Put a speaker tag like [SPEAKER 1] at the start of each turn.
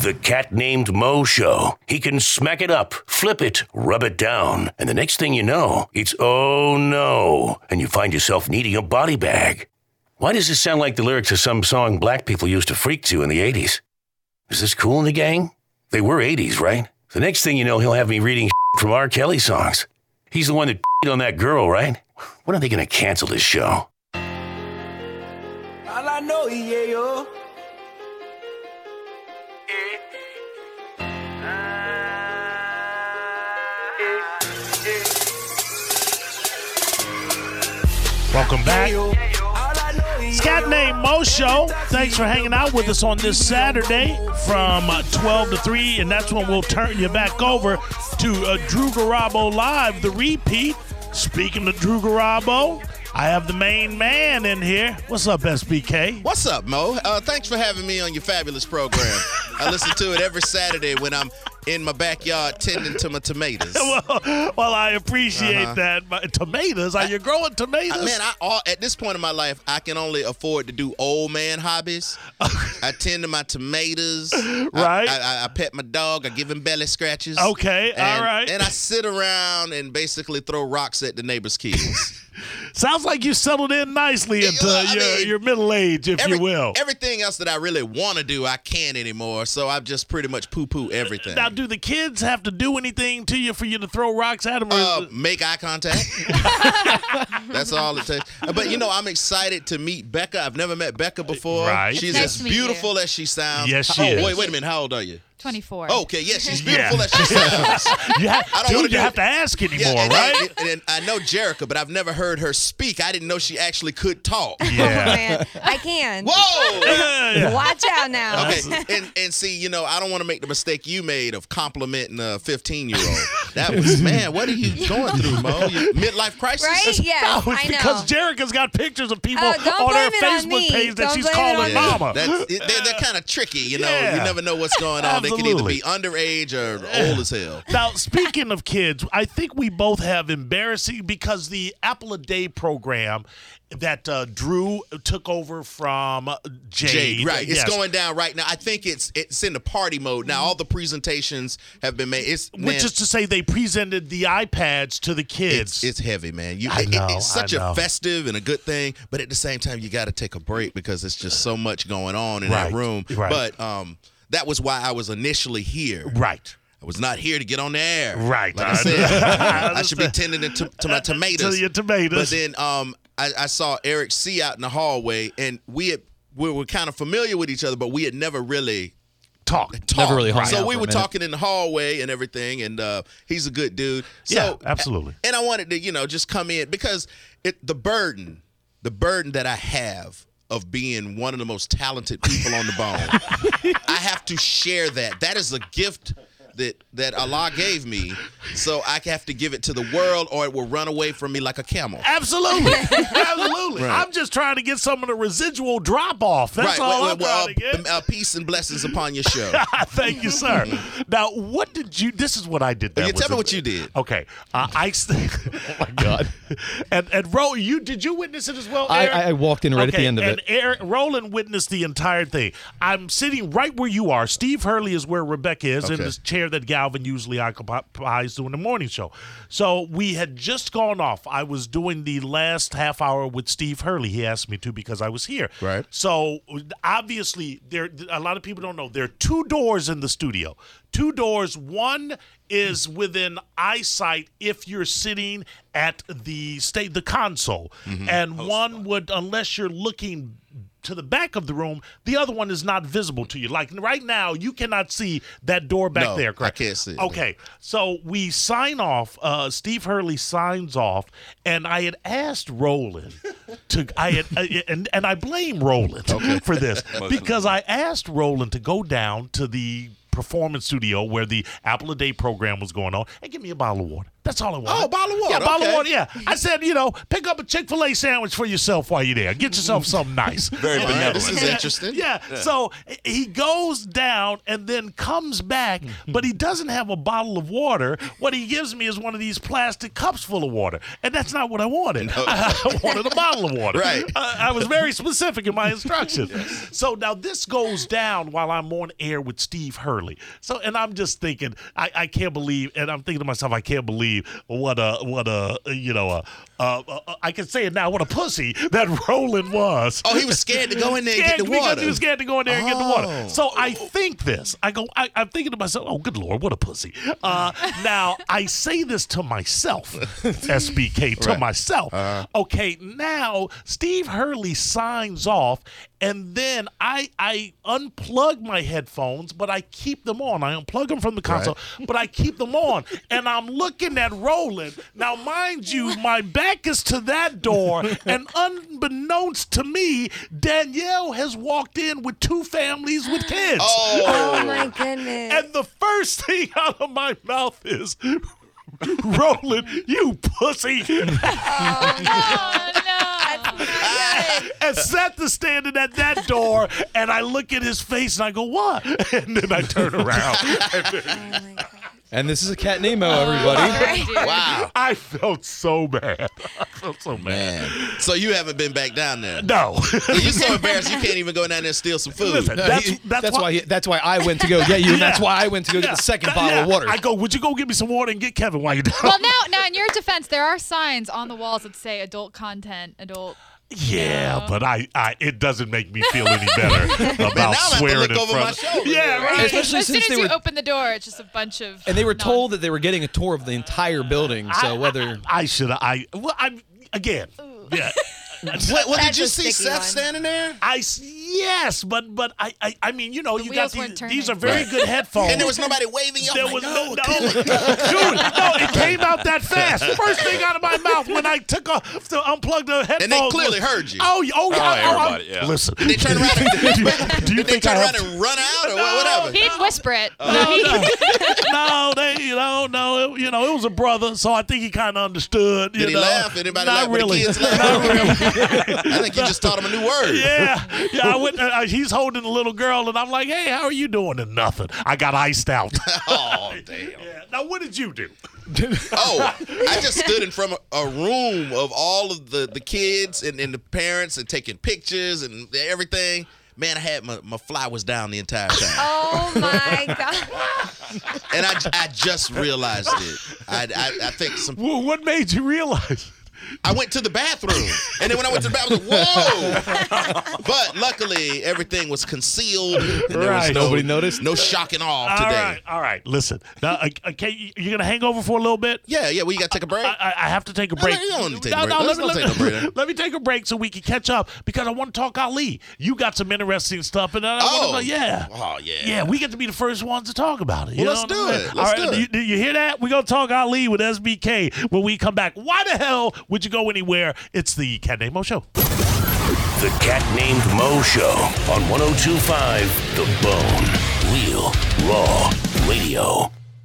[SPEAKER 1] The cat named Mo show. He can smack it up, flip it, rub it down, and the next thing you know, it's oh no, and you find yourself needing a body bag. Why does this sound like the lyrics of some song black people used to freak to in the 80s? Is this cool in the gang? They were 80s, right? The next thing you know, he'll have me reading from R. Kelly songs. He's the one that on that girl, right? When are they going to cancel this show?
[SPEAKER 2] All I know, yeah, yo.
[SPEAKER 3] Welcome back.
[SPEAKER 2] Scott
[SPEAKER 3] Cat named Mo Show. Thanks for hanging out with us on this Saturday from uh, 12 to 3, and that's when we'll turn you back over to uh, Drew Garabo Live, the repeat. Speaking to Drew Garabo, I have the main man in here. What's up, SBK?
[SPEAKER 4] What's up, Mo? Uh, thanks for having me on your fabulous program. I listen to it every Saturday when I'm in my backyard tending to my tomatoes.
[SPEAKER 3] well, well, I appreciate that. But tomatoes? Are you growing tomatoes?
[SPEAKER 4] Uh-huh. Man, I all, at this point in my life, I can only afford to do old man hobbies. I tend to my tomatoes. I-
[SPEAKER 3] Right.
[SPEAKER 4] I, I, I pet my dog. I give him belly scratches.
[SPEAKER 3] Okay, all
[SPEAKER 4] and,
[SPEAKER 3] right.
[SPEAKER 4] And I sit around and basically throw rocks at the neighbor's kids.
[SPEAKER 3] Sounds like you settled in nicely into
[SPEAKER 4] well, I
[SPEAKER 3] your,
[SPEAKER 4] mean,
[SPEAKER 3] your middle age, if
[SPEAKER 4] Every-
[SPEAKER 3] you will.
[SPEAKER 4] Everything else that I really want to do, I can't anymore. So I've just pretty much poo poo everything.
[SPEAKER 3] now, do the kids have to do anything to you for you to throw rocks at them? Or
[SPEAKER 4] Uh, make eye contact. That's all it takes. Uh, But you know, I'm excited to meet Becca. I've never met Becca before.
[SPEAKER 3] Right.
[SPEAKER 4] She's
[SPEAKER 5] Nice
[SPEAKER 4] as
[SPEAKER 5] to meet you.
[SPEAKER 4] beautiful as she sounds.
[SPEAKER 3] Yes, she
[SPEAKER 4] oh,
[SPEAKER 3] is.
[SPEAKER 4] Wait, wait a minute. How old are you?
[SPEAKER 5] 24.
[SPEAKER 4] Oh, okay. Yeah, she's
[SPEAKER 3] Yeah.
[SPEAKER 4] beautiful as she sounds.
[SPEAKER 3] you have,
[SPEAKER 4] I don't wanna
[SPEAKER 3] dude,
[SPEAKER 4] do
[SPEAKER 3] you have
[SPEAKER 4] it.
[SPEAKER 3] to ask anymore,
[SPEAKER 4] Yeah, and,
[SPEAKER 3] right?
[SPEAKER 4] and- and- and I know Jerica, but I've never heard her speak. I didn't know she actually could talk.
[SPEAKER 3] yeah.
[SPEAKER 6] Oh, Man, I can.
[SPEAKER 4] Whoa.
[SPEAKER 3] Yeah.
[SPEAKER 6] Watch out now.
[SPEAKER 4] Okay, and and see, you know, I don't want to make the mistake you made of complimenting a 15 year old. That was man. What are you going through, Mo? You- midlife crisis.
[SPEAKER 6] Right? Yeah,
[SPEAKER 3] No,
[SPEAKER 6] I
[SPEAKER 3] because
[SPEAKER 6] know.
[SPEAKER 3] Jerica's got pictures of people
[SPEAKER 6] Oh, don't
[SPEAKER 3] on her
[SPEAKER 6] blame it on
[SPEAKER 3] Facebook
[SPEAKER 6] me.
[SPEAKER 3] page that
[SPEAKER 6] Don't
[SPEAKER 3] she's
[SPEAKER 6] blame it
[SPEAKER 3] calling
[SPEAKER 6] on me.
[SPEAKER 3] mama.
[SPEAKER 4] That's, it, they're, they're kind of tricky, you know.
[SPEAKER 3] Yeah.
[SPEAKER 4] You never know what's going on. They
[SPEAKER 3] Absolutely.
[SPEAKER 4] can either be underage or old as hell.
[SPEAKER 3] now, speaking of kids, I think we both have embarrassing because the Apple a Day program that uh, Drew took over from uh, Jade.
[SPEAKER 4] Jade, right? It's
[SPEAKER 3] yes.
[SPEAKER 4] going down right now. I think it's it's in the party mode now. All the presentations have been made. It's man,
[SPEAKER 3] Which is to say, they presented the iPads to the kids.
[SPEAKER 4] it's, it's heavy, man. You,
[SPEAKER 3] I
[SPEAKER 4] it- it-
[SPEAKER 3] know,
[SPEAKER 4] it's such
[SPEAKER 3] I know.
[SPEAKER 4] a festive and a good thing, but at the same time, you got to take a break because it's just so much going on in
[SPEAKER 3] Right,
[SPEAKER 4] that room.
[SPEAKER 3] right.
[SPEAKER 4] But um, that was why I was initially here.
[SPEAKER 3] right.
[SPEAKER 4] I was not here to get on the air.
[SPEAKER 3] Right.
[SPEAKER 4] Like I,
[SPEAKER 3] I-
[SPEAKER 4] said,
[SPEAKER 3] I
[SPEAKER 4] I, should be tending to, to my tomatoes.
[SPEAKER 3] To your tomatoes.
[SPEAKER 4] But then um, I, I saw Eric C out in the hallway, and we had, we were kind of familiar with each other, but we had never really
[SPEAKER 3] talk.
[SPEAKER 4] talked.
[SPEAKER 7] really hung out
[SPEAKER 4] so we
[SPEAKER 7] for a
[SPEAKER 4] were
[SPEAKER 7] minute.
[SPEAKER 4] talking in the hallway and everything, and uh, he's a good dude. So,
[SPEAKER 3] Yeah, absolutely.
[SPEAKER 4] And I wanted to, you know, just come in because it the burden, the burden that I have of being one of the most talented people on the bone, I have to share that. That is a gift. That, that Allah gave me, so I have to give it to the world, or it will run away from me like a camel.
[SPEAKER 3] Absolutely. Absolutely. I'm just trying to get some of the residual drop off. That's all I'm
[SPEAKER 4] well,
[SPEAKER 3] trying to
[SPEAKER 4] uh,
[SPEAKER 3] get.
[SPEAKER 4] uh, peace and blessings upon your show.
[SPEAKER 3] Thank you, sir. now, what did you? This is what I did. That
[SPEAKER 4] you
[SPEAKER 3] was
[SPEAKER 4] tell me
[SPEAKER 3] a-
[SPEAKER 4] what you did.
[SPEAKER 3] Okay, uh, I. oh my god! And and Ro, you did you witness it as well?
[SPEAKER 7] I-
[SPEAKER 3] Eric?
[SPEAKER 7] I- I walked in right at the
[SPEAKER 3] Okay,
[SPEAKER 7] end of
[SPEAKER 3] and
[SPEAKER 7] it.
[SPEAKER 3] Eric, Roland witnessed the entire thing. I'm sitting right where you are. Steve Hurley is where Rebecca is in
[SPEAKER 4] Okay.
[SPEAKER 3] this chair that Galvin usually occupies doing the morning show. So we had just gone off. I was doing the last half hour with Steve Hurley. He asked me to because I was here.
[SPEAKER 4] Right.
[SPEAKER 3] So obviously, there a lot of people don't know there are two doors in the studio. Two doors. One is within eyesight if you're sitting at the state the console,
[SPEAKER 4] Mm-hmm.
[SPEAKER 3] and one would unless you're looking to the back of the room. The other one is not visible to you. Like right now, you cannot see that door back
[SPEAKER 4] No,
[SPEAKER 3] there.
[SPEAKER 4] I
[SPEAKER 3] Correct?
[SPEAKER 4] can't see it.
[SPEAKER 3] Okay. Okay, so we sign off. Uh, Steve Hurley signs off, and I had asked Roland to I had I- and and I blame Roland for this because I asked Roland to go down to the performance studio where the Apple a Day program was going on and give me a bottle of water. That's all I want.
[SPEAKER 4] Oh, bottle of water,
[SPEAKER 3] Yeah, bottle of
[SPEAKER 4] okay.
[SPEAKER 3] water. Yeah. I said, you know, pick up a Chick Fil A sandwich for yourself while you're there. Get yourself something nice.
[SPEAKER 4] Very
[SPEAKER 3] And-
[SPEAKER 4] benevolent. This is
[SPEAKER 3] yeah,
[SPEAKER 4] interesting.
[SPEAKER 3] Yeah. So he goes down and then comes back, but he doesn't have a bottle of water. What he gives me is one of these plastic cups full of water, and that's not what I wanted. I wanted a bottle of water.
[SPEAKER 4] Right.
[SPEAKER 3] Uh, I was very specific in my instructions. So now this goes down while I'm on air with Steve Hurley. So and I'm just thinking, I, I can't believe, and I'm thinking to myself, I can't believe what a what a you know a, a, a I can say it now, what a pussy that Roland was.
[SPEAKER 4] Oh, he was scared to go in there and
[SPEAKER 3] Yeah,
[SPEAKER 4] get the
[SPEAKER 3] because
[SPEAKER 4] water.
[SPEAKER 3] He was scared to go in there and get the water.
[SPEAKER 4] Oh.
[SPEAKER 3] So I think this. I go. I, I'm thinking to myself, "Oh, good lord, what a pussy." Uh, now I say this to myself, SBK, to myself.
[SPEAKER 4] Uh-huh.
[SPEAKER 3] Okay, now Steve Hurley signs off, and then I I unplug my headphones, but I keep them on. I unplug them from the console, but I keep them on, and I'm looking at Roland. Now, mind you, my back is to that door, and unbeknownst to me, Danielle has walked in with two families with kids.
[SPEAKER 6] Oh my goodness.
[SPEAKER 3] And the first thing out of my mouth is, Roland, you pussy. and set the standing at that door, and I look at his face and I go, What? And then I turn around.
[SPEAKER 5] And this is a Cat Nemo, everybody.
[SPEAKER 4] wow,
[SPEAKER 3] I felt so bad. I felt so bad.
[SPEAKER 4] man. So you haven't been back down there.
[SPEAKER 3] No.
[SPEAKER 4] You're so embarrassed you can't even go down there and steal some food.
[SPEAKER 3] Listen, that's, that's,
[SPEAKER 5] That's,
[SPEAKER 3] why.
[SPEAKER 5] why. he- that's why I went to go get you. and That's
[SPEAKER 3] Yeah.
[SPEAKER 5] why I went to go get the second
[SPEAKER 3] that-
[SPEAKER 5] bottle of
[SPEAKER 3] yeah.
[SPEAKER 5] water.
[SPEAKER 3] I go, would you go get me some water and get Kevin while you're down?
[SPEAKER 7] Well, now, now in your defense, there are signs on the walls that say adult content, adult.
[SPEAKER 3] yeah, but I, I, it doesn't make me feel any better about
[SPEAKER 4] now I have to
[SPEAKER 3] swearing
[SPEAKER 4] look
[SPEAKER 3] in
[SPEAKER 4] over
[SPEAKER 3] front
[SPEAKER 4] my
[SPEAKER 3] of-
[SPEAKER 4] shoulder.
[SPEAKER 3] Yeah, right.
[SPEAKER 5] Especially
[SPEAKER 7] as soon
[SPEAKER 5] since
[SPEAKER 7] as
[SPEAKER 5] they
[SPEAKER 7] you
[SPEAKER 5] were-
[SPEAKER 7] open the door, it's just a bunch of.
[SPEAKER 5] and they were
[SPEAKER 7] non-
[SPEAKER 5] told that they were getting a tour of the entire building. So whether
[SPEAKER 3] I should. I. Well, I again. Yeah.
[SPEAKER 4] What, what did
[SPEAKER 6] That's
[SPEAKER 4] you
[SPEAKER 6] a
[SPEAKER 4] see
[SPEAKER 6] sticky
[SPEAKER 4] Seth
[SPEAKER 6] one.
[SPEAKER 4] standing there?
[SPEAKER 3] I s- yes, but but I I, I mean you know you got
[SPEAKER 7] wheels
[SPEAKER 3] these,
[SPEAKER 7] weren't turning.
[SPEAKER 3] these are very good headphones.
[SPEAKER 4] And there was nobody waving. Oh
[SPEAKER 3] There
[SPEAKER 4] my
[SPEAKER 3] was
[SPEAKER 4] God.
[SPEAKER 3] no, no, dude, no, it came out that fast. First thing out of my mouth when I took off to unplug the headphones.
[SPEAKER 4] they clearly
[SPEAKER 3] was-
[SPEAKER 4] heard you.
[SPEAKER 3] Oh, yeah, oh, yeah, oh, oh,
[SPEAKER 8] everybody, yeah.
[SPEAKER 3] Listen,
[SPEAKER 4] Did they turn around and,
[SPEAKER 3] do you
[SPEAKER 4] did they
[SPEAKER 3] think I
[SPEAKER 4] turn
[SPEAKER 3] have
[SPEAKER 4] around
[SPEAKER 3] to-
[SPEAKER 4] and run out or what- whatever?
[SPEAKER 7] He'd whisper it.
[SPEAKER 5] Oh.
[SPEAKER 3] No, no, no, they, you know, no, it, you know, it was a brother, so I think he kind of understood. You
[SPEAKER 4] Did he
[SPEAKER 3] know.
[SPEAKER 4] laugh?
[SPEAKER 3] Not
[SPEAKER 4] Anybody laugh? Were the
[SPEAKER 3] really.
[SPEAKER 4] kids laugh?
[SPEAKER 3] Not really.
[SPEAKER 4] I think you just taught him a new word.
[SPEAKER 3] Yeah, yeah. I went. Uh, uh, he's holding a little girl, and I'm like, "Hey, how are you doing?" And nothing. I got iced out.
[SPEAKER 4] Oh damn.
[SPEAKER 3] yeah. Now, what did you do?
[SPEAKER 4] Oh, I just stood in front of a room of all of the, the kids and, and the parents and taking pictures and everything. Man, I had my, my fly was down the entire time.
[SPEAKER 6] Oh my god.
[SPEAKER 4] And I, I just realized it. I, I, I think some.
[SPEAKER 3] Well, what made you realize?
[SPEAKER 4] I went to the bathroom. And then when I went to the bathroom, I was like, whoa. But luckily, everything was concealed. And there was
[SPEAKER 3] Right.
[SPEAKER 4] no,
[SPEAKER 5] Nobody noticed?
[SPEAKER 4] No shock and awe
[SPEAKER 3] All
[SPEAKER 4] today.
[SPEAKER 3] right, all right. Listen, now, uh, okay, you- you're gonna hang over for a little bit.
[SPEAKER 4] Yeah, yeah. We got to take a break.
[SPEAKER 3] I, I- I have to take a break.
[SPEAKER 4] no, you don't need to take a
[SPEAKER 3] No,
[SPEAKER 4] break.
[SPEAKER 3] no, let
[SPEAKER 4] Let's
[SPEAKER 3] me-
[SPEAKER 4] not
[SPEAKER 3] let
[SPEAKER 4] take no break
[SPEAKER 3] me-
[SPEAKER 4] now.
[SPEAKER 3] Let me take a break so we can catch up because I want to talk Ali. You got some interesting stuff, and I want to know. Yeah.
[SPEAKER 4] Oh, yeah.
[SPEAKER 3] Yeah, we get to be the first ones to talk about it.
[SPEAKER 4] Well,
[SPEAKER 3] you know
[SPEAKER 4] let's do
[SPEAKER 3] what I'm
[SPEAKER 4] it.
[SPEAKER 3] saying?
[SPEAKER 4] Let's
[SPEAKER 3] All right,
[SPEAKER 4] do it.
[SPEAKER 3] You, do you hear that? We're going to talk Ali with SBK when we come back. Why the hell would you go anywhere? It's the Cat Nemo Show.
[SPEAKER 1] The Cat Named Mo Show oh on 1025 The Bone. Real, raw, radio.